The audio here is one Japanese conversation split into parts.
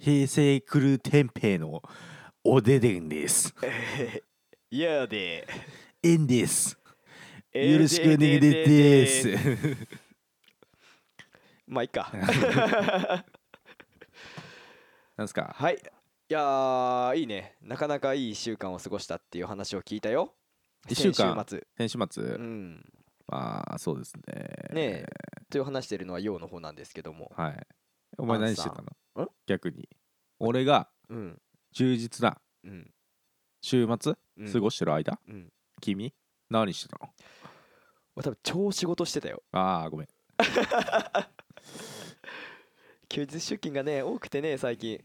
平成クル天平のおででんです。いやで。えんです。よろしくお願いです。。まあいいか。 なんですかはい。いやーいいね。なかなかいい一週間を過ごしたっていう話を聞いたよ。一週間先週先週末、末。うん。まあそうですね。ねえ。という話してるのは陽の方なんですけども。はい。お前あの何しさてたのん逆に。俺がうん。充実なうん。週末うん過ごしてる間、うん。君何してたのまあ多分超仕事してたよ。ああごめん。休日出勤がね、多くてね、最近。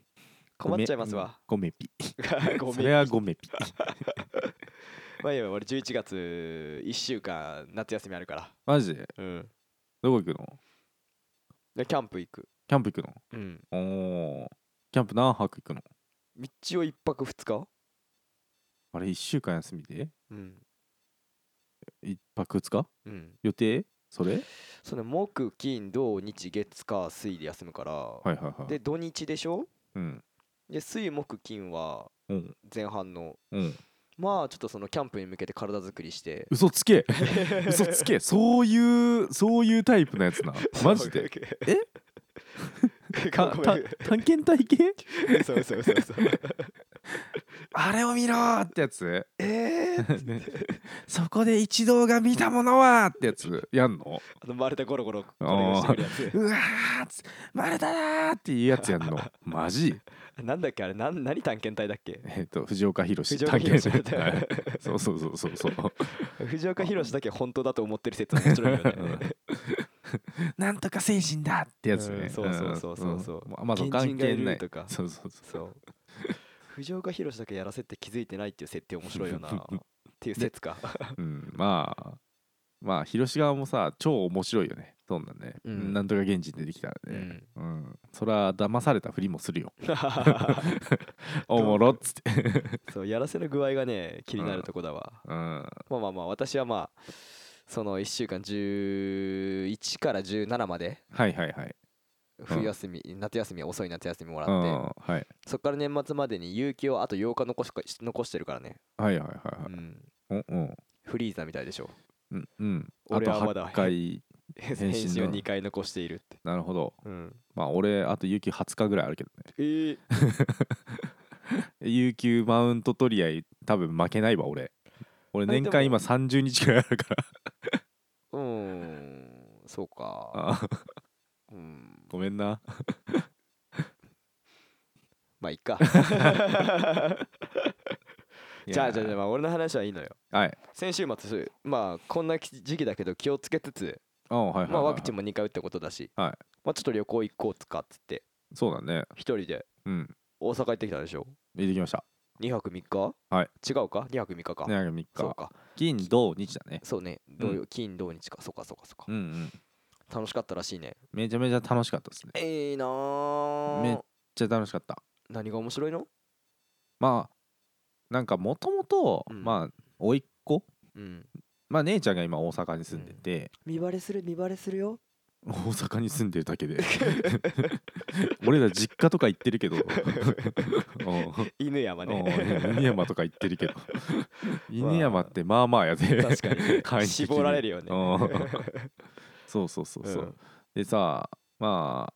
困っちゃいます わ。ごめん。ごめんぴ。 ごそめんれ。はごめんぴ。まあいいわ俺11月1週間夏休みあるから。マジでうん。どこ行くのでキャンプ行く。キャンプ行くのうん。おーキャンプ何泊行くの一応一泊二日あれ1週間休みでうん。 1泊2日うん。予定それその木、金、土、日、月、火、水で休むから。はいはいはい。で、土日でしょうん。で、水、木、金はうん。前半の。うん。まあちょっとそのキャンプに向けて体作りして。嘘つ け嘘つけそういう、そういうタイプのやつな。マ ジでえたごめんた探検体系 そうそうそうそう。あれを見ろーってやつえ ー、ねそこで一同が見たものはってやつやん のあの丸太ゴロゴロこれをしてくるやつ。うわーっつ丸太だーっていうやつやんのマジなんだっけあれなん何探検隊だっけえっ、と藤岡弘藤岡弘探検だよね はいそうそうそうそうそう 藤岡弘だけ本当だと思ってる説面白い よね。なんとか精神だってやつうねんそうそうそうそうそうんまあまあそう原関人がい係るないとかそうそうそそう。藤岡弘だけやらせって気づいてないっていう設定面白い よな。っていう説か。ううんまあまあ広島もさ超面白いよねそんなんね、うんなんとか現地出てきたらねうん、それは騙されたふりもする よおもろっつって、 そう、やらせの具合がね、気になるとこだわ。うん、まあまあまあ、私はまあ、その1週間11から17まで、はいはいはい冬休み、夏休み、遅い夏休みもらうって、んはいそこから年末までに有給をあと8日残しか残してるからね。はいはいはいはういん。うんうんフリーザみたいでしょ。うんうんあ俺とはまだ8回返信の信を2回残しているって。なるほどうん。まあ俺あと有給20日ぐらいあるけどねえー、有給マウント取り合い多分負けないわ俺俺あ年でも間今30日ぐらいあるからうーん、そうか。あーうん。 ごめんなまあいっ か。いやじゃあじゃあじゃあまあ俺の話はいいのよ。はい先週末そうまあこんな時期だけど気をつけつつ、あーはいはいはいはい、まあワクチンも2回打ったことだし、はいまあちょっと旅行行こうっつかっつってそうだね一人でうん大阪行ってきたでしょ。入れてきました2泊3日？はい。違うか？2泊3日か。ね3日そうか。金土日だねそうね。土曜金土日か。そうかそうかそううか。んうん楽しかったらしいね。めちゃめちゃ楽しかったですねめっええなめー。ちゃ楽しかった何が面白いの？まあなんかもともとうんまあ甥っ子うん。まあ姉ちゃんが今大阪に住んでて、見バレする見バレするよ。大阪に住んでるだけで俺ら実家とか行ってるけど うん 犬山うんね。犬山とか行ってるけ ど犬山ってまあまあやで確かにね、絞られるるよね。 そうそうそうそう、うんでさまあ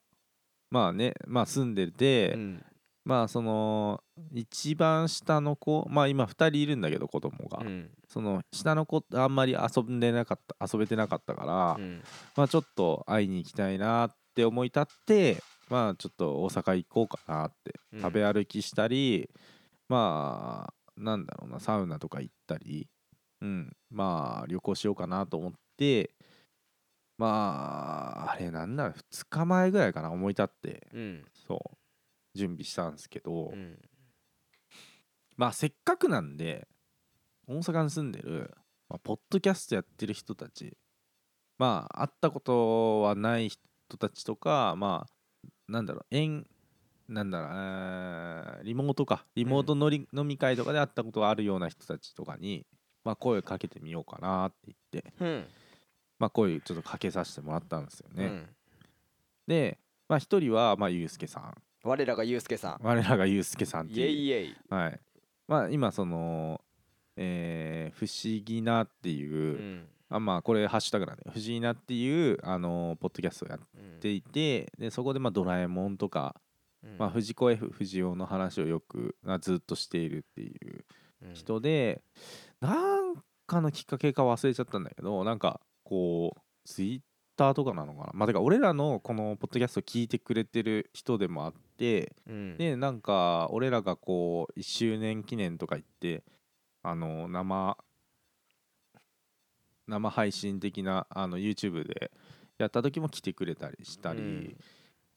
まあねまあ住んでて、うんまあその一番下の子まあ今2人いるんだけど子供が、うんその下の子あんまり遊んでなかった遊べてなかったから、うんまあちょっと会いに行きたいなって思い立ってまあちょっと大阪行こうかなってうん食べ歩きしたり、まあなんだろうなサウナとか行ったり、うん、まあ旅行しようかなと思ってまああれなんだろう2日前ぐらいかな思い立ってうんそう準備したんですけど、うんまあせっかくなんで大阪に住んでる、まあ、ポッドキャストやってる人たちまあ会ったことはない人たちとかまあなんだろう縁なんだろうえーリモートかリモートのり、飲み会とかで会ったことがあるような人たちとかに、まあ、声をかけてみようかなって言って、うんまあ、声をちょっとかけさせてもらったんですよね。うんで、まあ、1人は、まあ、ゆうすけさん我らがユうスケさん我らがユうスケさんってイエいうイイエイはいまあ、今その、えー不思議な」っていうう、んあまあこれハッシュタグなんで「不思議な」っていう、あのーポッドキャストをやっうんていてでそこでまあ「ドラえもん」とか、うんまあ、藤子 F 不二雄の話をよくあずっとしているっていううん人で、なんかのきっかけか忘れちゃったんだけどなんかこうツイッターとかなのかなまあてか俺らのこのポッドキャストを聞いてくれてる人でもあってうんでなんか俺らがこう1周年記念とか言ってあの生生配信的なあの YouTube でやった時も来てくれたりしたり、うん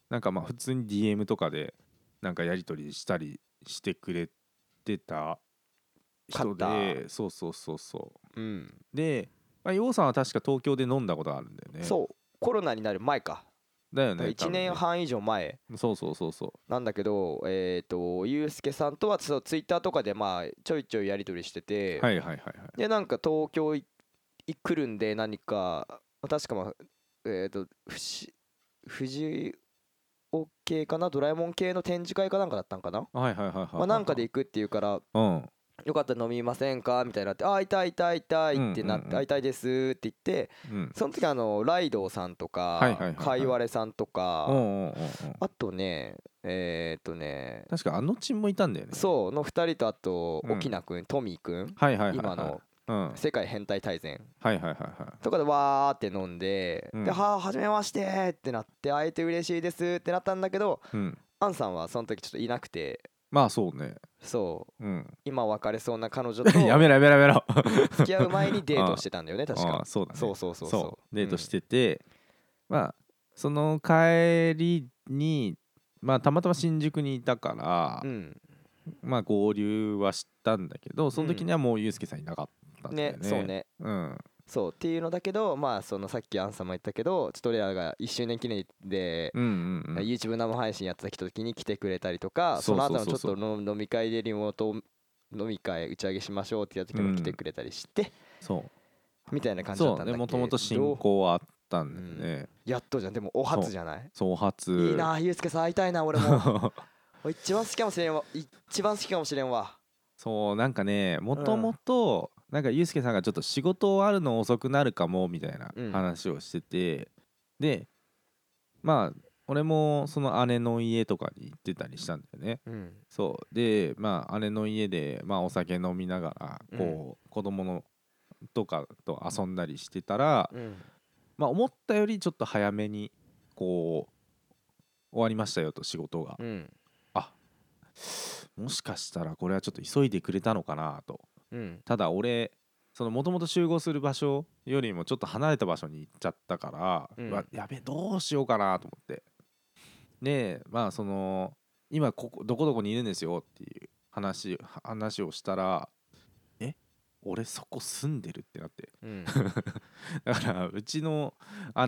なんかまあ普通に DM とかでなんかやり取りしたりしてくれてた人方でそうそうそうそうんうで、まあ、洋さんは確か東京で飲んだことあるんだよねそうコロナになる前かだよね多1分ね年半以上前そうそうそうそうなんだけどえっとユうスケさんとはそうツイッターとかでまあちょいちょいやり取りしててはいはいはいはいでなんか東京いい来るんで何か確かまあえっ、とふし藤尾系かなドラえもん系の展示会かなんかだったんかな、はいはいはいはいはいまあ、なんかで行くっていうからうんよかったら飲みませんかみたいになって「あー痛い痛い痛い」ってなっうんうんて「うんあ痛いです」って言ってうんその時あのライドウさんとはいはいはいかはいかいわれさんとうんうかんうんうんあとねえっ、とね確かあのチンもいたんだよねそうの2人とあとうん沖縄くんトミーくんはいはいはいはい今のうんはい世界変態大全はいはいはとかでわーって飲んで、うんで「はあ初めまして」ってなって「会えて嬉しいです」ってなったんだけどいうんアンさんはその時ちょっといなくてまあそうねそううん今別れそうな彼女 とやめろやめろやめろ付き合う前にデートしてたんだよね確 あかあそうだねそうそうそうそそううデートしてて、まあその帰りにまあたまたま新宿にいたから、うん、まあ合流はしたんだけどその時にはもうユうスケさんいなかったうんんだよねね,、そうねうんそうっていうのだけどまあそのさっきアンさんも言ったけどちょっと俺らが1周年記念で、うんうんうん YouTube 生配信やってた時に来てくれたりとかそそうのそう後そうのちょっとの飲み会でリモート飲み会打ち上げしましょうってやった時も来てくれたりして、そみたいな感うじだっそたうんだけでどもともと進行はあったんだよね、やっとじゃんでもお初じゃないそう初いいなゆうすけさん会いたいな俺も 俺一番好きかもしれんわ一番好きかもしれんわそうなんかねもともとなんかユうスケさんがちょっと仕事終わるの遅くなるかもみたいなうん話をしてて、でまあ俺もその姉の家とかに行ってたりしたんだよねうんそうでまあ姉の家で、まあ、お酒飲みながらこう、子供のとかと遊んだりしてたら、うんまあ、思ったよりちょっと早めにこう終わりましたよと仕事が、うんもしかしたらこれはちょっと急いでくれたのかなとうんただ俺そのもともと集合する場所よりもちょっと離れた場所に行っちゃったから、うんうわやべえどうしようかなと思ってでまあその今ここどこどこにいるんですよっていう話話をしたらえ俺そこ住んでるってなって うんだからうちの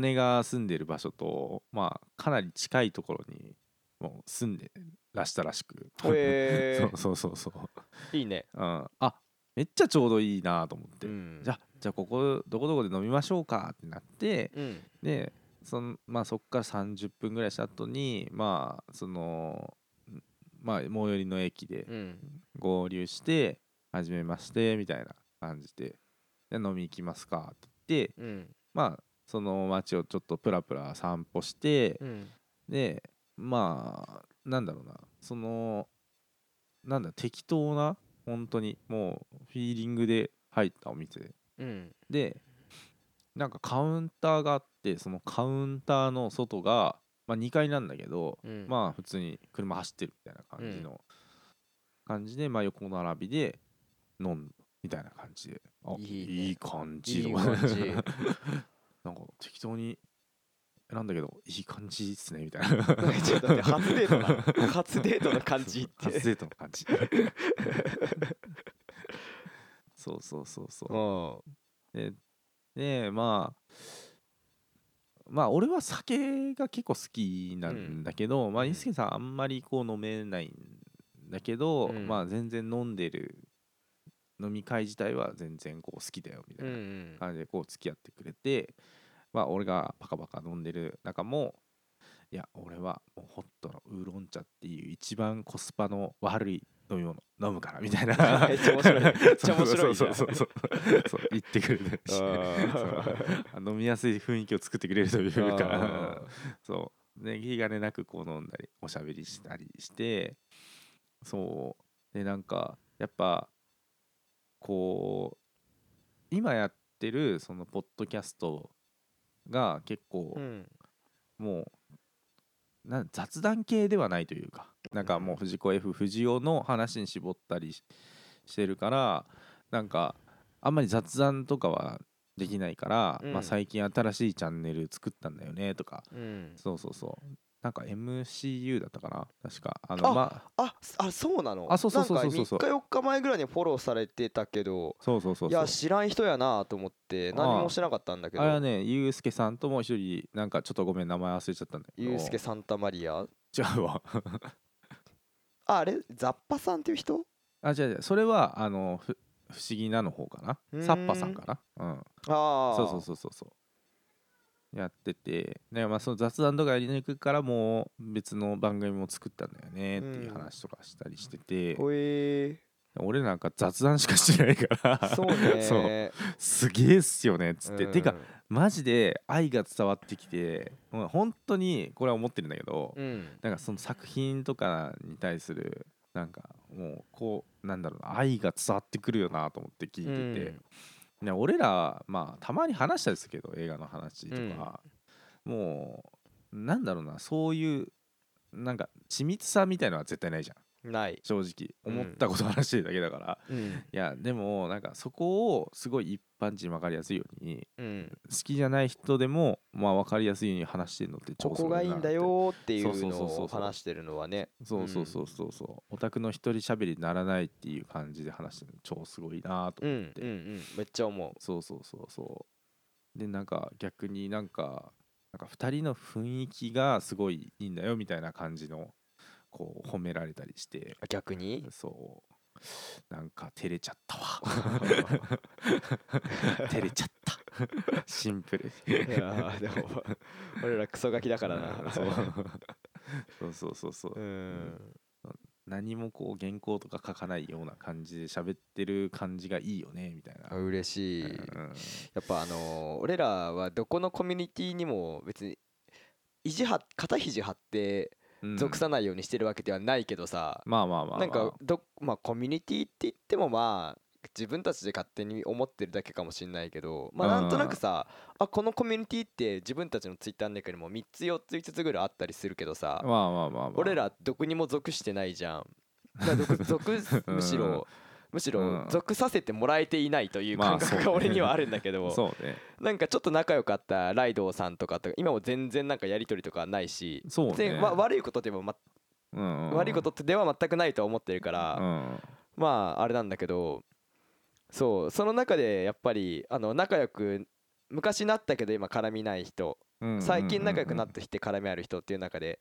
姉が住んでる場所とまあかなり近いところにもう住んでらしたらしく、へえそうそうそうそう、いいねうん、あめっちゃちょうどいいなと思って、うんじゃあじゃあここどこどこで飲みましょうかってなってうんでそのまあそこから30分ぐらいした後にまあそのんまあ最寄りの駅でうん合流して「はじめまして」みたいな感じで「で飲み行きますか」って言ってうんまあその街をちょっとプラプラ散歩してうんでまあなんだろうなそのなんだ適当な本当にもうフィーリングで入ったお店うんでなんかカウンターがあってそのカウンターの外が、まあ、2階なんだけど、うんまあ普通に車走ってるみたいな感じの、感じで、まあ、横並びで飲むみたいな感じであいいねい感いじいの感じ なんか適当に選んだけどいい感じっすねみた いなちょっと待って初デートなの初デートの感じっ初てデートの感 じそうそうそうそううでんでまあまあ俺は酒が結構好きなんだけど、まあうんユースケさんあんまりこう飲めないんだけど、うんまあ全然飲んでる飲み会自体は全然こう好きだよみたういなん感じでこう付き合ってくれて、まあ俺がパカパカ飲んでる中もいや俺はもうホットのウーロン茶っていう一番コスパの悪い飲み物飲むからみたいな めっちゃ面白いめっちゃ面白いじそゃうんそうそうそうそう言ってくれるしそう飲みやすい雰囲気を作ってくれるというかそうで気兼ねなくこう飲んだりおしゃべりしたりしてそうでなんかやっぱこう今やってるそのポッドキャストが結構うんもうなん雑談系ではないというかなんかもう藤子 F 不二雄の話に絞ったりししてるからなんかあんまり雑談とかはできないから、うんまあ、最近新しいチャンネル作ったんだよねとかうんそうそうそうなんか MCU だったかな確かああのまああすあそうなのあそうそうそうそうそうそうなんか3日4日前ぐらいにフォローされてたけどそうそうそうそういや知らん人やなと思って何あもあしなかったんだけあれはどねゆうすけさんともう一人なんかちょっとごめん名前忘れちゃったんだけどユうスケサンタマリア違うわああれザッパさんっていう人あ違う違うそれはあのふ不思議なの方かうーなんサッパさんかなうんああそうそうそうそうそうやっててねまあその雑談とかやりにくいからもう別の番組も作ったんだよねっていううん話とかしたりしてて、ほえ俺なんか雑談しかしてないから ー、そう そうねすげえっすよねっつって、てかマジで愛が伝わってきてうん本当にこれは思ってるんだけど、うんなんかその作品とかに対するなんかもうこうなんだろうな愛が伝わってくるよなと思って聞いてて、ね、俺らまあたまに話したりするけど映画の話とか、もうなんだろうなそういうなんか緻密さみたいのは絶対ないじゃんない、正直うん思ったこと話してるだけだから、うんいやでもなんかそこをすごい一般人分かりやすいようにうん、好きじゃない人でもまあ分かりやすいように話してるのって超ここすごがいないっんてだよーっていそううそうそうのそうを話してるのはねそうそうそうそうそうオタクの一人喋りにならないっていう感じで話してるの超すごいなとうん思うっんて、うんめっちゃ思そうそうそうそうでなんか逆になんかなんか2人の雰囲気がすごいいいんだよみたいな感じのこう褒められたりしてう逆にそうなんか照れちゃったわ 照れちゃったシンプルいやーでも 俺らクソガキだからな そうそうそうそうそううん何もこう原稿とか書かないような感じで喋ってる感じがいいよねみたいな、あ嬉しいうんやっぱあのー俺らはどこのコミュニティにも別に意地張っ肩肘張ってうん属さないようにしてるわけではないけどさ、まあまあまあ、まあ、なんかどまあコミュニティって言ってもまあ自分たちで勝手に思ってるだけかもしれないけどまあうんなんとなくさあこのコミュニティって自分たちのツイッターの中にも3つ4つ5つぐらいあったりするけどさまあまあまあまあ俺らどこにも属してないじ ゃん。だから属属むしろむしうんろ属させてもらえていないというまあ感覚そうがね俺にはあるんだけど、そうねなんかちょっと仲良かったライドウさんとかと今も全然なんかやり取りとかないし、そうねでわ悪いことでも、まうんうんうん悪いことってでは全くないとは思ってるから、うんまああれなんだけどそうその中でやっぱりあの仲良く昔なったけど今絡みない人うんうん最近仲良くなってきて絡みある人っていう中で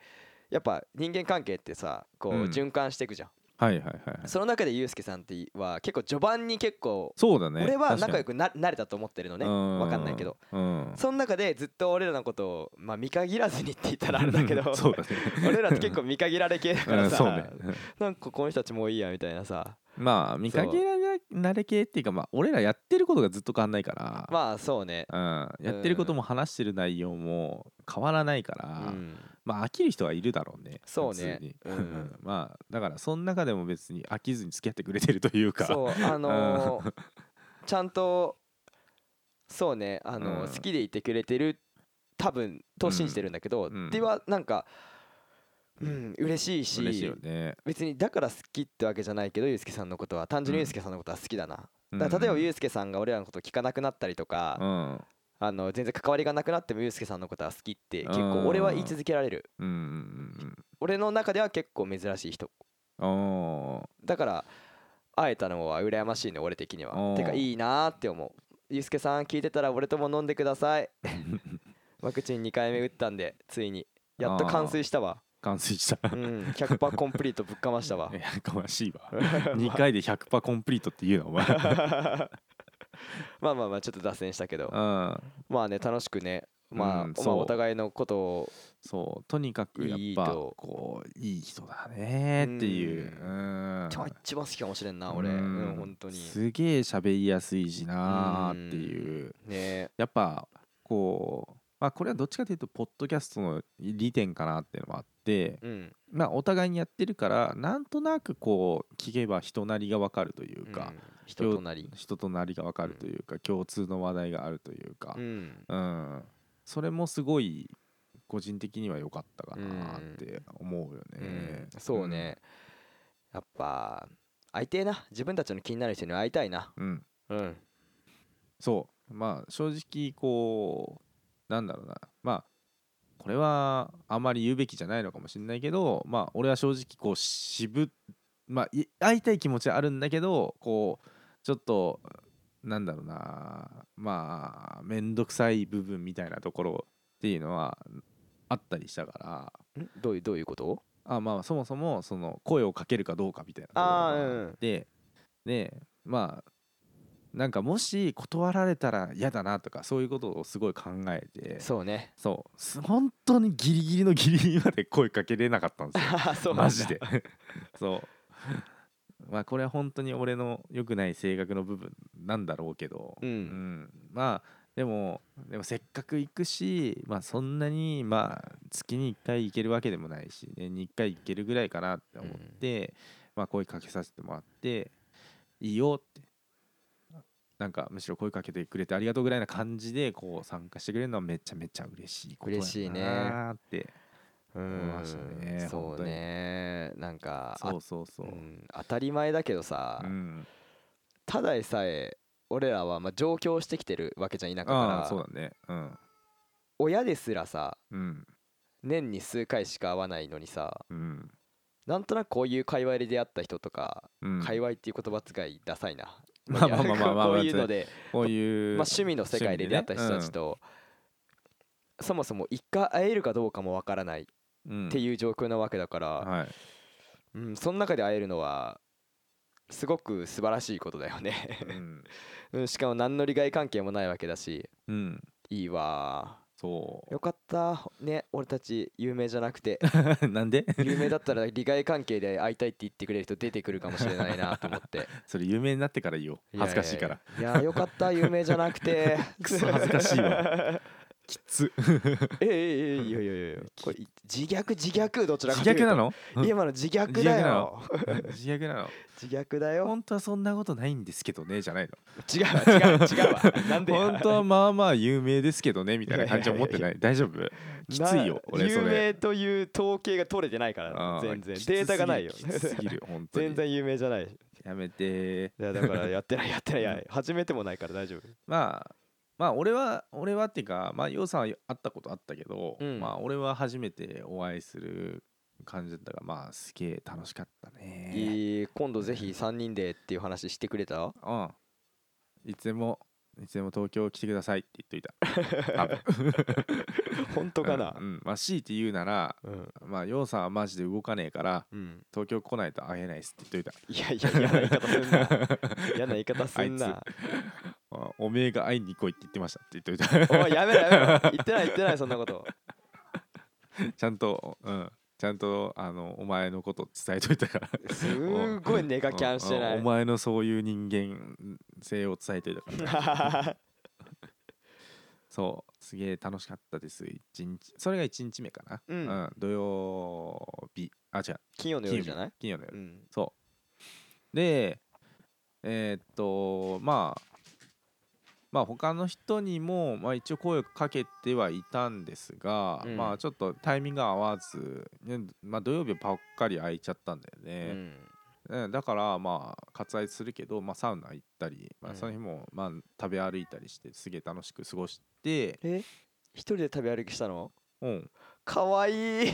やっぱ人間関係ってさこううん循環していくじゃん、はいはいはいはいその中でユうスケさんっては結構序盤に結構そうだね俺は仲良くくななれたと思ってるのね分かんないけどうんその中でずっと俺らのことをまあ見限らずにって言ったらあれだけ どそうだね俺らって結構見限られ系だかうらんそうさね なんかこの人たちもういいやみたいなさまあ見かけられ慣れ系っていうかまあ俺らやってることがずっと変わんないからまあそうねうん、やってることも話してる内容も変わらないかうら、んまあ飽きる人はいるだろうねそうね普通にうん まあだからその中でも別に飽きずに付き合ってくれてるというかそうあのーちゃんとそうねあうのーん好きでいてくれてる多分と信じてるんだけうど、んではなんかうん嬉しいし嬉しいよね別にだから好きってわけじゃないけどユうスケさんのことは単純にうんユうスケさんのことは好きだな、だから例えばユうスケさんが俺らのこと聞かなくなったりとか、うんあの全然関わりがなくなってもユうスケさんのことは好きって結うん構俺は言い続けられるうんうん俺の中では結構珍しい人うんおだから会えたのは羨ましいね俺的におはーてかいいなーって思うゆうすけさん聞いてたら俺とも飲んでください ワクチン2回目打ったんでついにやっと完遂したわ完遂したうん100%コンプリートぶっかましたわい やかましい わ2回で100%コンプリートって言うなお前まあまあまあちょっと脱線したけど うんまあね楽しくねまあ、うんまあそうお互いのことをそうとにかくやっいいぱとこういい人だねっていうううん一番一番好きかもしれんな俺ううんん本当にねすげえ喋りやすいしなーっていうえやっぱこうまあこれはどっちかというとポッドキャストの利点かなっていうのもあってうんまあお互いにやってるからなんとなくこう聞けば人なりがわかるというか、うん人となり人となりがわかるというか共通の話題があるというかう、んうん、それもすごい個人的には良かったかなって思うようねん。そうねやっぱ会いてえな自分たちの気になる人に会いたいなうん。うん、うんそうまあ正直こうなんだろうなまあこれはあまり言うべきじゃないのかもしれないけどまあ俺は正直こう渋まあい会いたい気持ちはあるんだけどこうちょっとなんだろうなまあ面倒くさい部分みたいなところっていうのはあったりしたからんどういうどういうことあまあそもそもその声をかけるかどうかみたいなところあーがあってでまあなんかもし断られたら嫌だなとかそういうことをすごい考えてそうねそうす本当にギリギリのギリギリまで声かけれなかったんですよ そうなんだマジで そうまあこれは本当に俺の良くない性格の部分なんだろうけど、うんまあでもでもせっかく行くし、まあ、そんなにまあ月に1回行けるわけでもないし年に1回行けるぐらいかなって思って、まあ声かけさせてもらっていいよってなんかむしろ声かけてくれてありがとうぐらいな感じでこう参加してくれるのはめちゃめちゃ嬉しいことや嬉しいねなーってうん思いましたねそ本う当にねなんかあそうそうそう、うん当たり前だけどさ、うん、ただでさえ俺らはまあ上京してきてるわけじゃん田舎かああらそうだねうん親ですらさうん年に数回しか会わないのにさうんなんとなくこういう界隈で出会った人とか、うん界隈っていう言葉使いダサいな、まあまあまあまあまあ こういうので、こういう、まあ、趣味の世界で出会った人たちと、そもそも一回会えるかどうかもわからないっってういう状況なわけだかん、ら、はい、うんその中で会えるのはすごく素晴らしいことだよね、 うん、うん、しかも何の利害関係もないわけだしうん、いいわそよかったね俺たち有名じゃなくて うなんで有名だったら利害関係で会いたいって言ってくれる人出てくるかもしれないなと思ってそれ有名になってから言おう 恥ずかしいからいやいやいやいやよかった有名じゃなくてくそ恥ずかしい わき つええええいやいやいやいやこれ自虐自虐どちらか自とい虐うとなの今の自虐だよ 自虐なの自虐だよ本当はそんなことないんですけどねじゃないの違うわ違うわ違うわ なんでや本当はまあまあ有名ですけどねみたいな感じは思ってない大丈夫きついよな俺それ有名という統計が取れてないからあー全然きつすぎデータがないよきつすぎるよ本当に 全然有名じゃないやめてーいやだからやってないやってないや始めてもないから大丈夫 まあまあ俺は俺はっていうかまあ洋さんは会ったことあったけど、うんまあ俺は初めてお会いする感じだったからまあすげえ楽しかったねいい今度ぜひ3人でっていう話してくれたうんいつでもいつでも東京来てくださいって言っといた 多分本当かなうん、うんまあ強いて言うならうん、まあ洋さんはマジで動かねえからうん、東京来ないと会えないっすって言っといたいやいや嫌な言い方すんな嫌な言い方 すんなあおめえが会いに来いって言ってましたって言っといたおいやめろやめろ言ってない言ってないそんなこと ちゃんとうんちゃんとあのお前のこと伝えといたからすーごいネガキャンしてうなんおい前のそういう人間性を伝えてたからそうすげえ楽しかったです一日それが1日目かな、うん土曜日あ違う 金曜の金曜日夜じゃない金曜の夜、うんそうでえーっとまあまあ他の人にも、まあ、一応声をかけてはいたんですが、うんまあちょっとタイミングが合わず、ねまあ、土曜日ばっかり空いちゃったんだよね、うんうんだからまあ割愛するけど、まあ、サウナ行ったり、まうあ、んその日もまあ食べ歩いたりしてすげえ楽しく過ごして、え一人で食べ歩きしたの うん、かわい い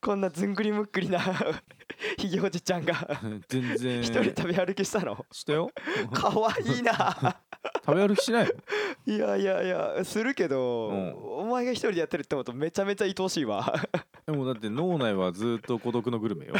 こんなずんぐりむっくりな ひげおじちゃんが全然一人食べ歩きしたのした よかわいい な食べ歩きしないよいやいやいやするけど、うんお前が一人でやってるって思うとめちゃめちゃ愛おしいわでもだって脳内はずっと孤独のグル メよ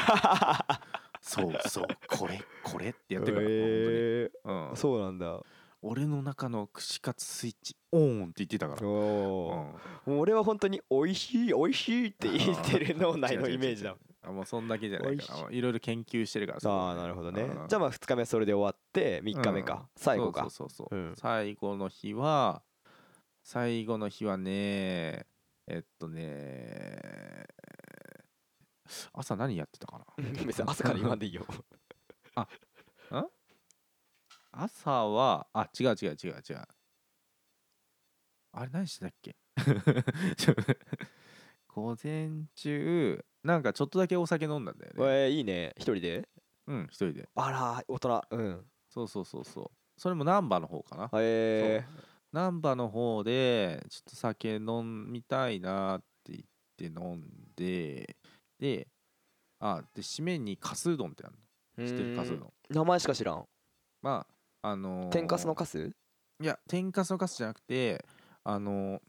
そうそうこれこれってやってるから、えー本当にうん、そうなんだ俺の中の串カツスイッチオーンって言ってたから、おうーんもう俺は本当に「おいしいおいしい」って言ってる脳内のイメージだもんあもうそんだけじゃないか美味らいろいろ研究してるからああなるほどねじゃあゃまあ2日目はそれで終わって3日目か、最後かそうそうそうそう、うん最後の日は最後の日はねえっとね朝何やってたかな 別に朝から言わんでいいよ朝はあ違う違う違う違うあれ何してたっけ ちょ午前中なんかちょっとだけお酒飲んだんだよねえー、いいね一人でうん一人であら大人うんそうそうそうそうそれも難波の方かなえ難波の方でちょっと酒飲みたいなって言って飲んでであで締めにカスうどんってあるえの知ってるカスうどん名前しか知らんまああのー天かすのカスいや天かすのカスじゃなくてあのー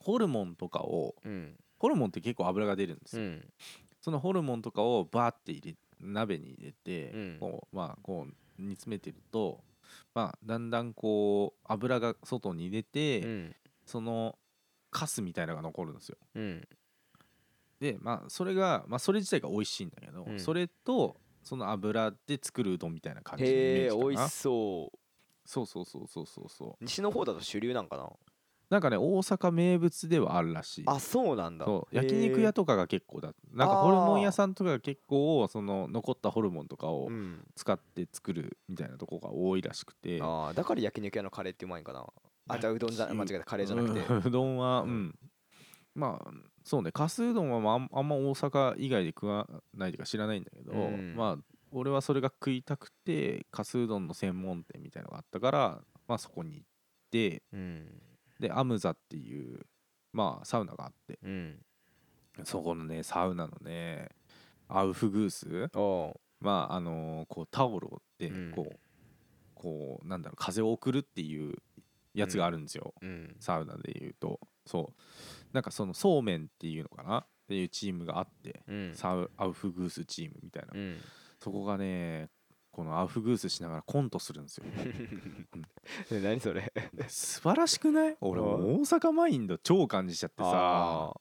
ホルモンとかをうんホルモンって結構油が出るんですうよ、んそのホルモンとかをバーって入れ鍋に入れて、うんこうまあこう煮詰めてるとまあだんだんこう油が外に出て、うんそのカスみたいなのが残るんですようんでまあそれが、まあ、それ自体が美味しいんだけど、うんそれとその油で作るうどんみたいな感じのイメへえージかな美味しそうそうそうそうそうそうそう西の方だと主流なんかななんかね大阪名物ではあるらしいあそうなんだそう焼肉屋ととかが結構だなんかあーホルモン屋さんとかが結構その残ったホルモンとかをうん使って作るみたいなとこが多いらしくてあーだから焼肉屋のカレーってうまいんかなあじゃあうどんじゃ焼き間違えたカレーじゃなくてうん うどんはううんん、まあそうねかすうどんは、まああん、あんま大阪以外で食わないというか知らないんだけど、うんまあ俺はそれが食いたくてかすうどんの専門店みたいなのがあったからまあそこに行ってうんでアムザっていうまあサウナがあってうんそこのねサウナのねアウフグースおうまああのーこうタオルでうんこう、こうなんだろう風を送るっていうやつがあるんですよ、うんサウナでいうとそうなんかそのそうめんっていうのかなっていうチームがあって、うんサウアウフグースチームみたいな、うんそこがねこのアウフグースしながらコントするんですよえ何それ素晴らしくない俺ああもう大阪マインド超感じちゃってさあ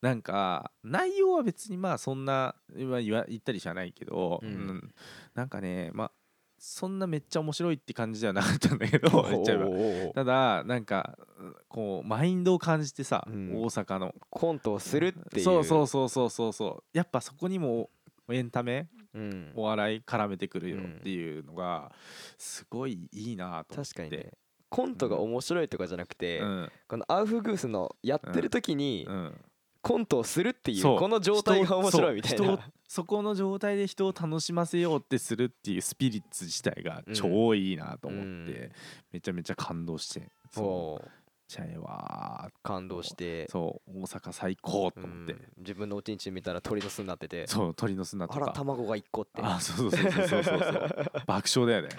なんか内容は別にまあそんなまあ言わ言ったりじゃないけど、うんうんなんかねまあそんなめっちゃ面白いって感じではなかったんだけど言っちゃえば おうおうおうただなんかうんこうマインドを感じてさ、うん大阪のコントをするっていうそうそうそうそうそうそうやっぱそこにもエンタメうんお笑い絡めてくるよっていうのがすごいいいなと思って確かにねコントが面白いとかじゃなくて、うんこのアウフグースのやってる時にうん、コントをするっていう、そうこの状態が面白いみたい人をなそう人をそこの状態で人を楽しませようってするっていうスピリッツ自体が超いいなと思って、うんめちゃめちゃ感動してそうそうちゃえわ感動してーそう大阪最高とう思って、ん自分のおちんちん見たら鳥の巣になっててそう鳥の砂あとらか卵が1個ってあそうそうそうそうそうそうそう 爆笑だよね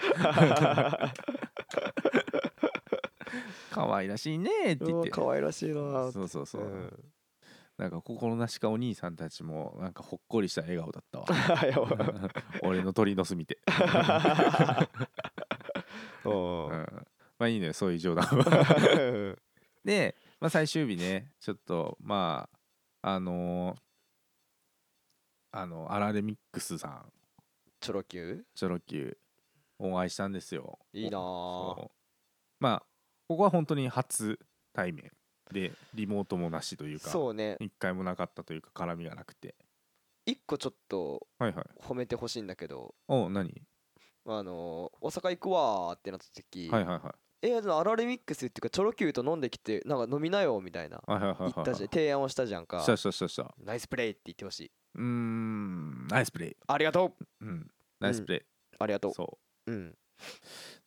可愛らしいねってう言っわて可愛らしいなぁそうそうそう、んなんか心なしかお兄さんたちもなんかほっこりした笑顔だ ったわやばい俺の鳥の巣見て、おうん、うまあいいねそういう冗談 はうんで、まあ、最終日ねちょっとまああのーあのアラレミックスさんチョロ Q チョロ Q お会いしたんですよいいなぁそうまあここは本当に初対面でリモートもなしというかそうね一回もなかったというか絡みがなくて1個ちょっとはいはい褒めてほしいんだけどおう何あの大阪行くわーってなった時、はいはいはえー、でもアラレミックスっていうかチョロ Q と飲んできてなんか飲みなよみたいないはいはいはいは言いったじゃん提案をしたじゃんかしたしたしたしたナイスプレーって言ってほしいうーんナイスプレイありがとううんナイスプレイ、ありがとうそううん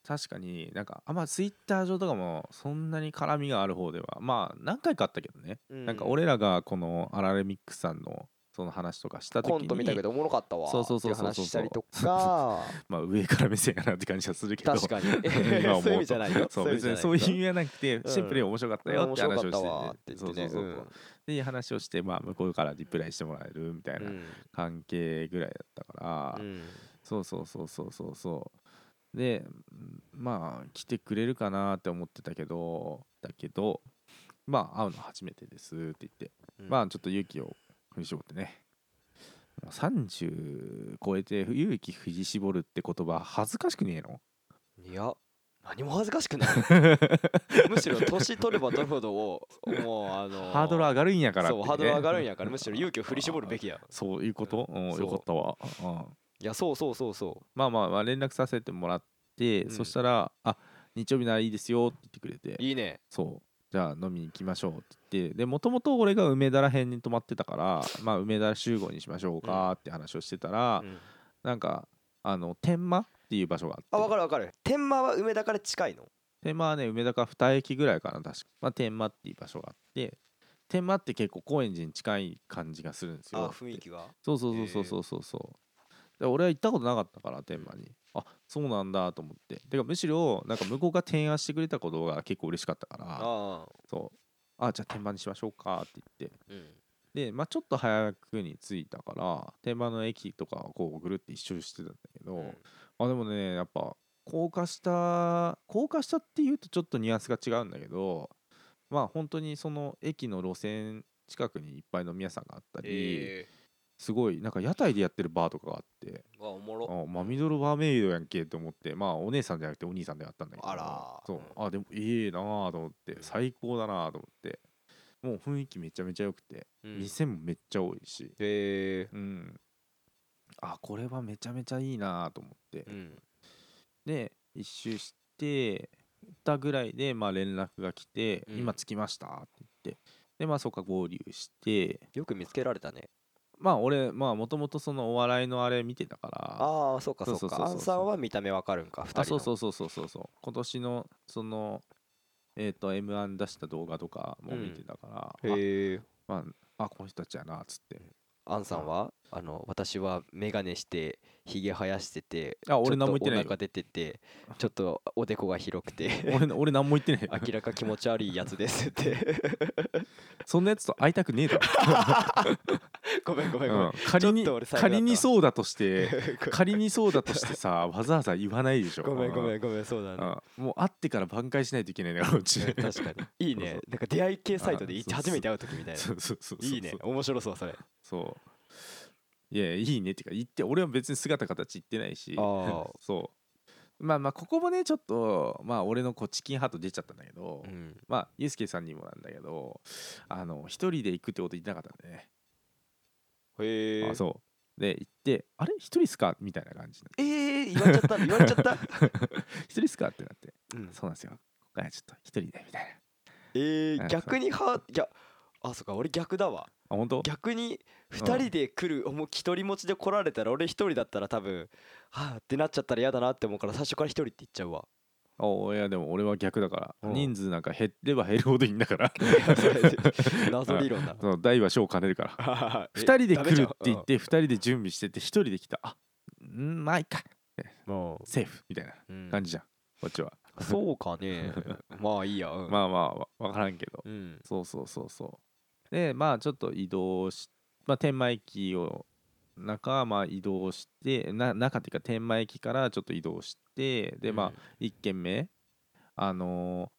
確かになんかあんまツイッター上とかもそんなに絡みがある方ではまあ何回かあったけどね、なんか俺らがこのアラレミックスさんのその話とかした時にコント見たけどおもろかったわそうそうーってそいううそう話したりとかまあ上から目線やなって感じはするけど 確かにそう今思うという意味じゃないよ そう別にそういう意味うはなくてんシンプルに面白かったよ面って白か話っをたしわーってて言てそっうてそうねそうっていう話をしてまあ向こうからリプライしてもらえるみたいうんな関係ぐらいだったからうんそうそうそうそうそうそうでまあ来てくれるかなって思ってたけどだけどまあ会うの初めてですって言って、うんまあちょっと勇気を振り絞ってねもう30超えて勇気振り絞るって言葉恥ずかしくねえのいや何も恥ずか しくないむしろ年取れば取るほどもうあのハードル上がるんやからってそねうハードル上がるんやからむしろ勇気を振り絞るべきや そういうこと、うん、そうよかったわ、うんいやそうそうそうそまあまあまあ連絡させてもらって、うんそしたら「あ日曜日ならいいですよ」って言ってくれうていいねそうじゃあ飲みに行きましょうって言ってでもともと俺が梅田ら辺に泊まってたから、まあ、梅田集合にしましょうかって話をしてたら、うんなんかあの天満っていう場所があってあ分かる分かる天満は梅田から近いの天満はね梅田から2駅ぐらいかな確か、まあ、天満っていう場所があって天満って結構高円寺に近い感じがするんですよあ雰囲気がそうそうそうそうそうそうそうで俺は行ったことなかったから天満にあそうなんだと思っててかむしろなんか向こうが提案してくれたことが結構嬉しかったからああそうあじゃあ天満にしましょうかって言ってうんでまあちょっと早くに着いたから天満の駅とかをこうぐるって一周してたんだけど、うんあでもねやっぱ高架下高架下っていうとちょっとニュアンスが違うんだけどまあ本当にその駅の路線近くにいっぱい飲み屋さんがあったり、えすごいなんか屋台でやってるバーとかがあってえわおもろあマミドルバーメイドやんけって思ってまあお姉さんじゃなくてお兄さんでやったんだけどあらそうあでもいいなあと思って最高だなあと思ってもう雰囲気めちゃめちゃ良くてうん店もめっちゃ多いしえうんあこれはめちゃめちゃいいなあと思ってえうんで一周してたぐらいでまあ連絡が来て「うん今着きました」って言ってでまあそこから合流してよく見つけられたねまあ俺まあもともとそのお笑いのあれ見てたからああそうかそそそううそうううかそうアンさんは見た目わかるんか2人あそううそうそうそうそうそう今年のそのえっ、と M1 出した動画とかも見てたから、あへえまああこの人たちやなっつってアンさんはあの私は眼鏡してひげ生やしててあ俺何も言ってないちよょっとお腹出ててちょっとおでこが広くて 俺な俺何も言ってねえよ明らか気持ち悪いやつですってそんなやつと会いたくねえだ ご めんごめんごめん、ろ、うん、仮にちょっと俺最悪だったわ仮にそうだとして 仮にそうだとしてさわざわざ言わないでしょごめんごめんんごめんそうだねもう会ってから挽回しないといけないねこっちうん 確かにいいそねうなんか出会い系サイトであいそうそう初めて会う時みたい なそうそうそうそういいね面白そうそれそういやいいねってか言って俺は別に姿形言ってないしあー そうまあまあここもねちょっとまあ俺のこうチキンハート出ちゃったんだけど、うんまあユースケさんにもなんだけどあの一人で行くってこと言ってなかったんでね、へえあそうで行ってあれ一人っすかみたいな感じになってえー、言われちゃった言われちゃ った、一人っすかってなってうんそうなんですよ今回はちょっと一人でみたいなえうー、ん逆にはいやあそっか俺逆だわあ本当逆に2人で来る、もう一人持ちで来られたら俺一人だったら多分はあってなっちゃったら嫌だなって思うから最初から一人って言っちゃ うわ あいやでも俺は逆だからうん人数なんか減れば減るほどいいんだから 謎理論だ その大は小を兼ねるから2 2人で来るって 言って2人で準備してて1人で来たあんまあいっかもセーフみたいなう、うん感じじゃんこっちはそう かねまあいいや、うんまあまあ分からんけどうんそうそうそうそうでまあちょっと移動し、まあ、天満駅を中まあ移動してな中っていうか天満駅からちょっと移動してでまあ1軒目あのー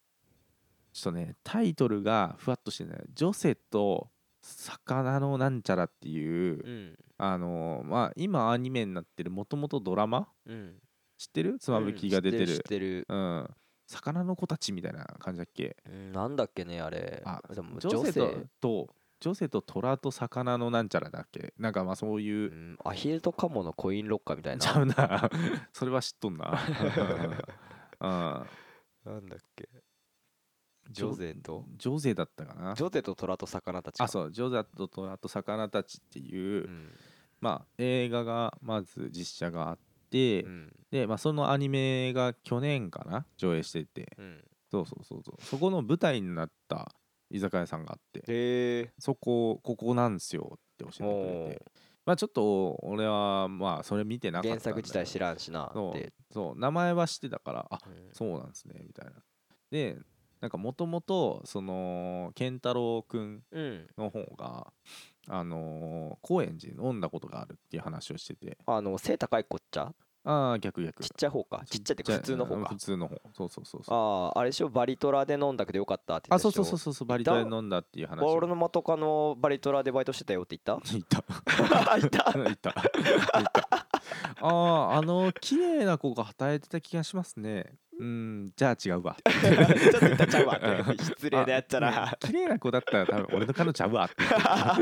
ちょっとねタイトルがふわっとしてない「ジョセと魚のなんちゃら」っていううんうんあのーまあ今アニメになってるもともとドラマうん知ってる妻夫木が出て知っる,、てるうん魚の子たちみたいな感じだっけ知ってるうんなんだっけねあれあでも女性とと女性と虎と魚のなんちゃらだっけなんかまあそういううんアヒルとカモのコインロッカーみたいちゃうなな それは知っとん なうんなんだっけジ女ョ性とジョゼだったかな女性と虎と魚たちかあそうジョゼと虎と魚たちっていう、うんまあ映画がまず実写があって、うんで、まあ、そのアニメが去年かな上映してて、うんそうそうそうそうそこの舞台になった居酒屋さんがあってへえそこここなんすよって教えてくれてまあちょっと俺はまあそれ見てなかったん原だけど作自体知らんしなそうってそう名前は知ってたからあうんそうなんですねみたいなでなんかもともとその健太郎くんうんの方があのー高円寺に飲んだことがあるっていう話をしててあの背高いこっちゃああ逆逆ちっちゃい方かちっちゃいってか普通の方うんか普通の方そうそうそうそうあああれでしょバリトラで飲んだけどよかったって言あっそたうでしそょうそうそうそうバリトラで飲んだっていう話俺の元カノバリトラでバイトしてたよって言っいた た言っいたたいたあああの綺麗な子が働いてた気がしますねうんじゃあ違う わちょっと言ったち ゃうわって失礼なやっちゃあな綺麗な子だったら多分俺の彼女ちゃうわって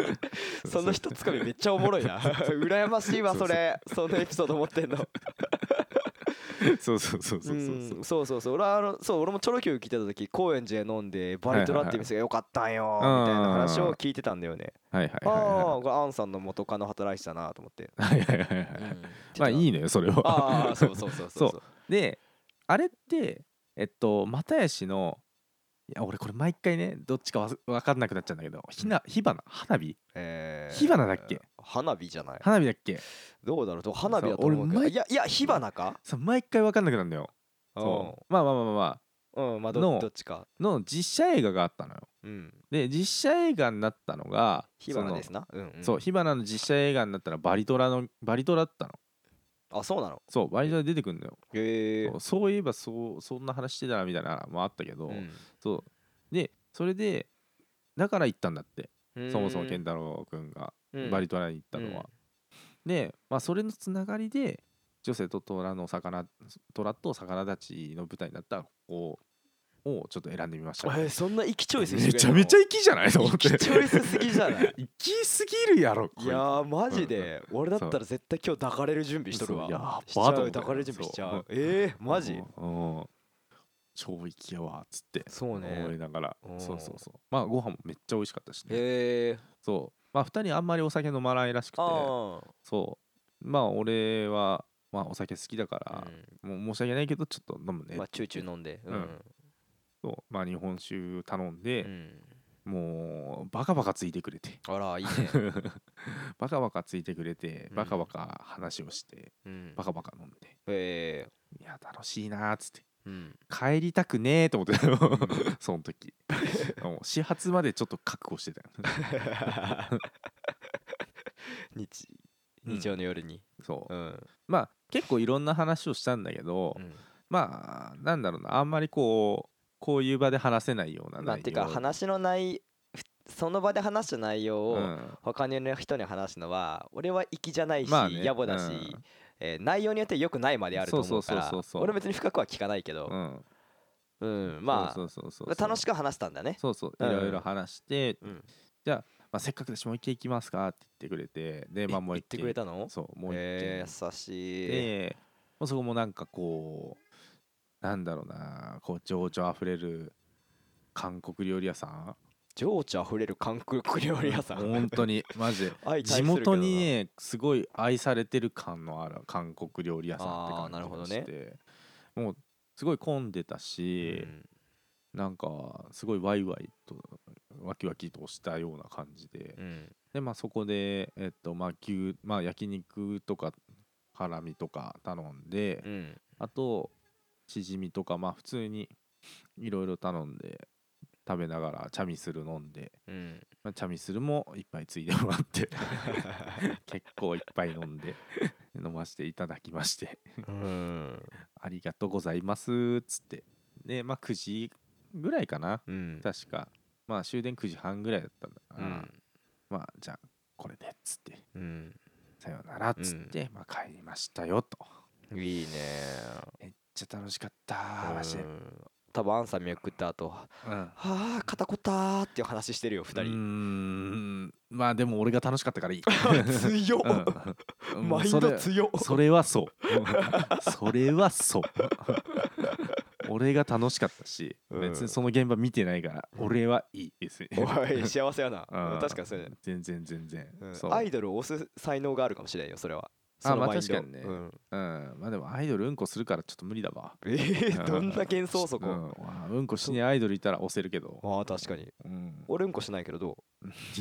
言って たその人つかみめっちゃおもろ いな羨ましいわそれそのエピソード持ってんの そうそう そうそううそうそうんそうそうそう俺はあのそう俺もチョロ Q 聞いてた時高円寺で飲んでバリトラっていう店がよかったんよみはいはいたいな話を聞いてたんだよねはいはいああはこれアンさんの元カノ働いてたなと思っていはいはいはいはいはいまあいいいのよそれはああそうそうそうそうそう であれってえっと又吉のいや俺これ毎回ねどっちかわ分かんなくなっちゃうんだけどひな火花花火えー火花だっけ花火じゃない花火だっけどうだろうと花火だと思うけそうど俺いやいや火花かそう毎回分かんなくなるんだよそうまあまあまあまあまあうんうんまあどのどっちかの実写映画があったのようんで実写映画になったのが火花ですなうんうんそのそう火花の実写映画になったらバリトラのバリトラだったのあそうなのそうバリトラ出てくんだよへえそうそういえばそうそんな話してたなみたいなのもあったけど、そうでそれでだから行ったんだってそもそも健太郎くんがバリトトラに行ったのは、で、まあ、それのつながりで女性と虎の魚虎と魚たちの舞台になったここをちょっと選んでみましたえーそんな生きチョイスめちゃめちゃゃ粋じゃないと思っ生てきチョイスすぎじゃない 行きすぎるやろこいやーマジで俺だったら絶対今日抱かれる準備しとるそうやばわーしちゃと思っうたよ抱かれる準備しちゃそううええいつマジうんうん超粋やわっつってそう思いねながらうんそうそうそうまあご飯もめっちゃ美味しかったしねええそうまあ2人あんまりお酒飲まないらしくてああそうまあ俺はまあお酒好きだからうんもう申し訳ないけどちょっと飲むねまあチューチュー飲んでううんんとまあ日本酒頼んうでんもうバカバカついてくれ てあらいいねバカバカついてくれてうんバカバカ話をしてうん バカバカ飲んでえいや楽しいなーっつってえうん帰りたくねーと思ってたよ その時もう始発までちょっと覚悟してたよ 日うん 日曜の夜にそううんまあ結構いろんな話をしたんだけどうんまあなんだろうなあんまりこうこういう場で話せないようなまあ内てか容話のないふその場で話した内容うをん他の人に話すのは俺は粋じゃないしまあね野暮だしうんえー内容によって良くないまであると思うかそうらそうそうそうそう俺別に深くは聞かないけうどんうんまそうそうそうそうあ楽しく話したんだねそうそううんいろいろ話して、うんまあ、せっかくだしもう一回行きますかって言ってくれてでまあいもう言一って軒くれたのそうもう一軒、えー優しいでもうそこもなんかこうなんだろうなこう情緒あふれる韓国料理屋さ ん情緒あふれる韓国料理屋さん 本当にマジで愛対す地るけどな元にねすごい愛されてる感のある韓国料理屋さんってあー感じなるほどがねして、もうすごい混んでたうし、んなんかすごいワイワイとワキワキとしたような感じで、うんでまあそこでえっとまあ牛まあ焼肉とか辛みとか頼んで、うんあとチヂミとかまあ普通にいろいろ頼んで食べながらチャミスル飲んで、うんまあ、チャミスルもいっぱいついでもらって 結構いっぱい飲んで飲ませていただきましてうんありがとうございますっつってでまあ9時ぐらいかなうん確かまあ終電9時半ぐらいだったんだかうら、んまあじゃあこれでっつってうんさよならっつって、まあ帰りましたよといいねめっちゃ楽しかったーマジでうん多分アンさん見送った後はうんあ肩こったーっていう話してるようー2んまあでも俺が楽しかった からいい、人強っうん マイそンドれ強っそれはそう それはそう俺が楽しかったし、うん別にその現場見てないから俺はいいですね おい幸せやな うん確かにそうやね全然全然、うんそうアイドルを押す才能があるかもしれんよそれはあそのまあマインド確かにねうんうん、まあでもアイドルうんこするからちょっと無理だわえーどんな幻想そこうんわあうんこしにアイドルいたら押せるけど、あー確かにうん、俺うんこし ないけどど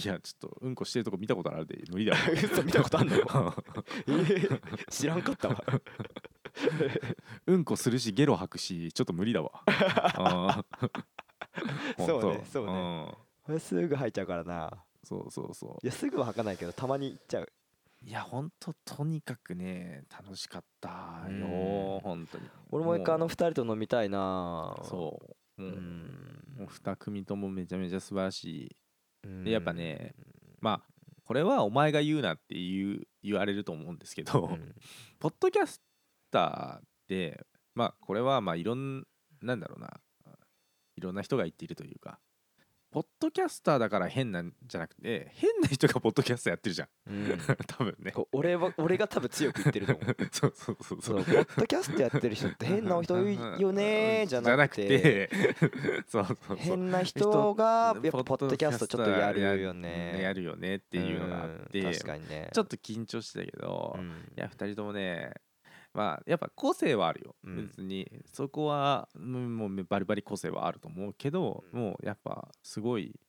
いやちょっとうんこしてるとこ見たことあるで無理 だわう嘘見たことあんの えー知らんかったわ うんこするしゲロ吐くしちょっと無理 だわあーそうねほんとそうねん俺すぐ吐いちゃうからなそうそうそいやすぐは吐かないけどたまに行っちゃういやほんととにかくね楽しかったようん本当に俺もう一回あもの二人と飲みたいなうそう、うもうもんう2組ともめちゃめちゃ素晴らしいうんでやっぱねまあこれはお前が言うなって言う言われると思うんですけど、うんポッドキャスターってまあこれはまあいろんなんだろうないろんな人が言っているというかポッドキャスターだから変なんじゃなくて変な人がポッドキャスターやってるじゃん うん多分ねこう俺は俺が多分強く言ってると思うそうそう そうそそううポッドキャストやってる人って変な人いよねーじゃなくてて そうそうそう変な人がやっぱポッドキャストちょっとやポッドるキャよスタねーやるよねっていうのがあって、うん確ちょっかにねと緊張してたけど、うんいや2人ともねまあやっぱ個性はあるよ、うん別にそこはうんもうバリバリ個性はあると思うけど、うんもうやっぱすごい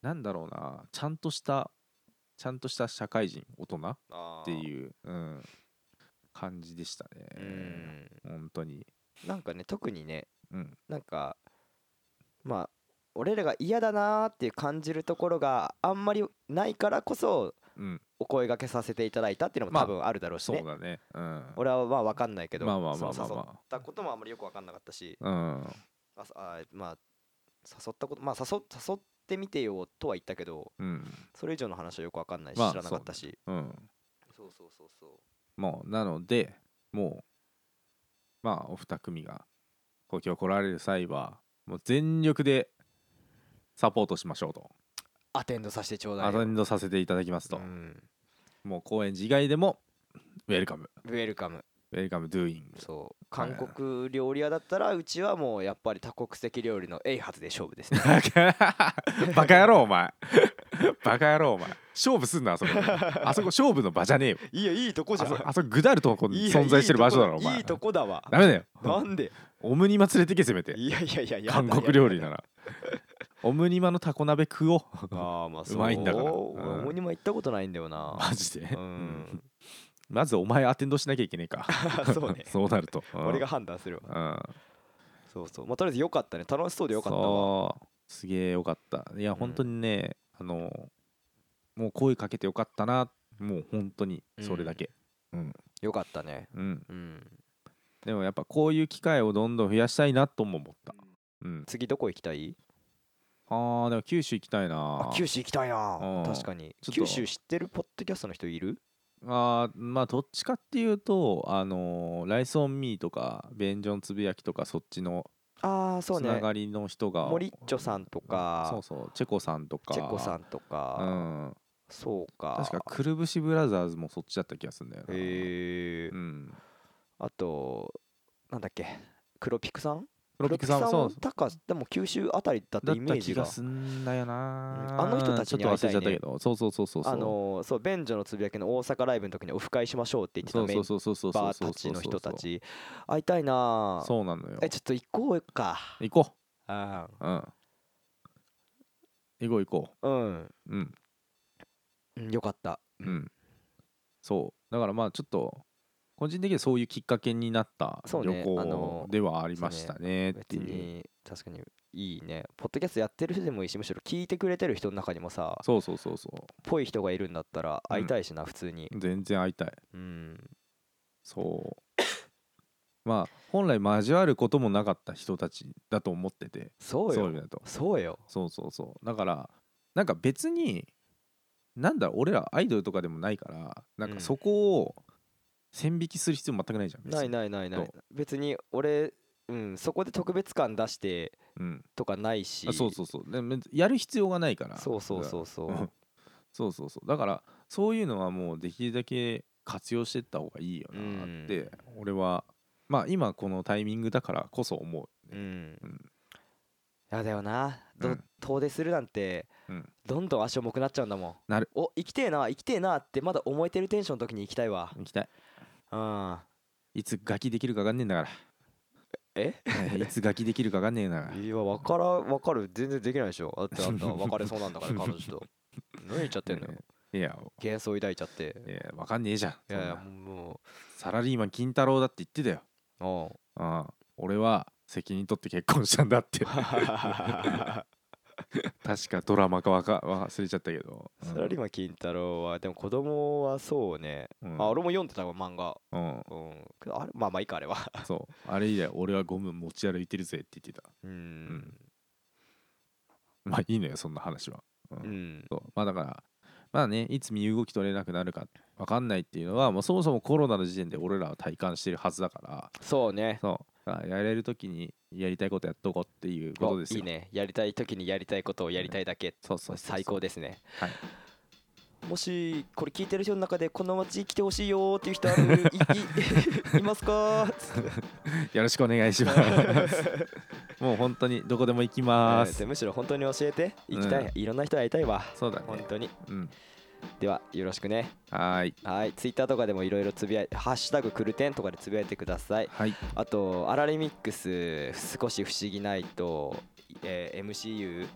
なんだろうなちゃんとしたちゃんとした社会人大人っっていう、うん、感じでしたね、本当になんかね特にねうんなんかまあ俺らが嫌だなーっていう感じるところがあんまりないからこそうんお声掛けさせていただいたっていうのもまあ多分あるだろうしそうね、だねうん俺はまあ分かんないけどまあまあまあそまのあ誘っまたこともあんまりよく分かんなかったしあうんあそあまあ誘ったことまあ誘誘ってみてよとは言ったけどうんそれ以上の話はよく分かんないし、まあ知らなかったしうんそうそうそうそもうなのでもうまあお二組が故郷来られる際はもう全力でサポートしましょうとうアテンドさせてちょうだいアよテンドさせていただきますと、うんもう公演以外でもウェルカムウェルカムウェルカムドゥーイ ングそう韓国料理屋だったらうちはもうやっぱり多国籍料理のエイハツで勝 負ですねバカ野郎お前バカ野郎お前勝負すんなあそこあそこ勝負の場じゃねえよいやいいとこあそあそこぐだるとこいや存在してる場所だろお前いいとこだわダメだよなんでオムニマ連れてけせめていやいやいややだ韓国料理ならオムニマのタコ鍋食おうああまあそううまいんだから俺うんもにも行ったことないんだよなマジで、ううんんまずお前アテンドしなきゃいけねえか そうねそうなると、うん俺が判断するわうんそうそうまあとりあえずよかったね楽しそうでよかったわそうすげえよかったいやうん本当にね、あのもう声かけてよかったなもう本当にそれだけうん、よかったねうん、うんでもやっぱこういう機会をどんどん増やしたいなとも思ったうん次どこ行きたいああでも九州行きたいあな九州行きたいなうん確かにちょっと九州知ってるポッドキャストの人いるあーまあどっちかっていうとあのーライスオンミーとかベンジョンつぶやきとかそっちのああそつうなねがりの人が、モリッチョさんとかそうそうチェコさんとかチェコさんとか、うんそうか確かくるぶしブラザーズもそっちだった気がするんだよなへえうんあとなんだっけ黒ピクさんロピックさんも黒そピうクさんも高でも九州あたりだっただっイメたー気ジががすんだようなんあの人たちにちょ会っいとた忘れいねちゃったけどそうそうそうそうそうあのーそう便所のつぶやきの大阪ライブの時にオフ会しましょうって言ってたそうメそンうそうそうそうバそうそーたうちそうの人たそうち会いたいなあそうなのよえちょっと行こうか行こあううん行こう行こーうんううんうんよかったうんそうだからまあちょっと個人的にはそういうきっかけになったそう旅ねあの行ではありましたねって別いうに確かにいいねポッドキャストやってる人でもいいしむしろ聞いてくれてる人の中にもさそうそうそうそうぽい人がいるんだったら会いたいしな、普通に全然会いたいうんそうまあ本来交わることもなかった人たちだと思っててそうそういう意よ味だとそうよそうそうそうだからなんか別になんだろう俺らアイドルとかでもないからなんうんかそこを線引きする必要全くないじゃん別にないないないないそ別に俺うんそこで特別感出してうん、とかないしあそうそうそうでめやる必要がないからそうそうそうそううん そうそうそうだからそういうのはもうできるだけ活用してった方がいいよなって、俺はまあ今このタイミングだからこそ思う、うねんうんいやだよなうどん遠出するなんてうんどんどん足重くなっちゃうんだもんなるお生きてえな生きてえなってまだ思えてるテンションの時に行きたいわ行きたいうんいつガキできるか分かんねえんだからえ えいつガキできるか分かんねえんだからいや分から分かる全然できないでしょだってあ んた別れそうなんだから彼女と何言っちゃってんのよいや幻想抱いちゃっていや分かんねえじゃんいやいやそんなもサラリーマン金太郎だって言ってたよううん ああ俺は責任取って結婚したんだってはははは確かドラマかわか忘れちゃったけど、サラリーマン金太郎はでも子供はそうね、うんあ俺も読んでたわ漫画うん、うんけどあれまあまあいいかあれはそうあれ以来俺はゴム持ち歩いてるぜって言ってたうん まあいいのよそんな話はうん、そうまあだからまあねいつ身動き取れなくなるかわかんないっていうのは、まあ、そもそもコロナの時点で俺らは体感してるはずだからそうねそうだからやれる時にやりたいことやっとこうっていうことですよいいねやりたい時にやりたいことをやりたいだけ、そうそうそうそう最高ですね、はいもしこれ聞いてる人の中でこの街来てほしいよーっていう人あ るいい いますかよろしくお願いし ますもう本当にどこでも行き まうすんむしろ本当に教えて行きたい、うんいろんな人会いたいわそうだね本当にうんではよろしくねはーいはいツイッターとかでもいろいろつぶやいて「ハッシュタグクルテン」とかでつぶやいてくださいはいあとアラレミックス少し不思議ないと、えー MCU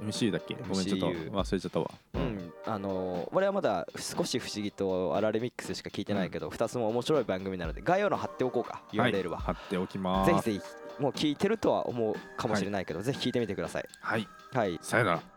MC だっけごめんちょっと MCU 忘れちゃったわうん、あのー俺はまだ少し不思議とアラレミックスしか聞いてないけど、2つも面白い番組なので概要欄貼っておこうか URL は、はい貼っておきますぜひぜひもう聞いてるとは思うかもしれないけど、ぜひ聞いてみてくださいはいはいさよなら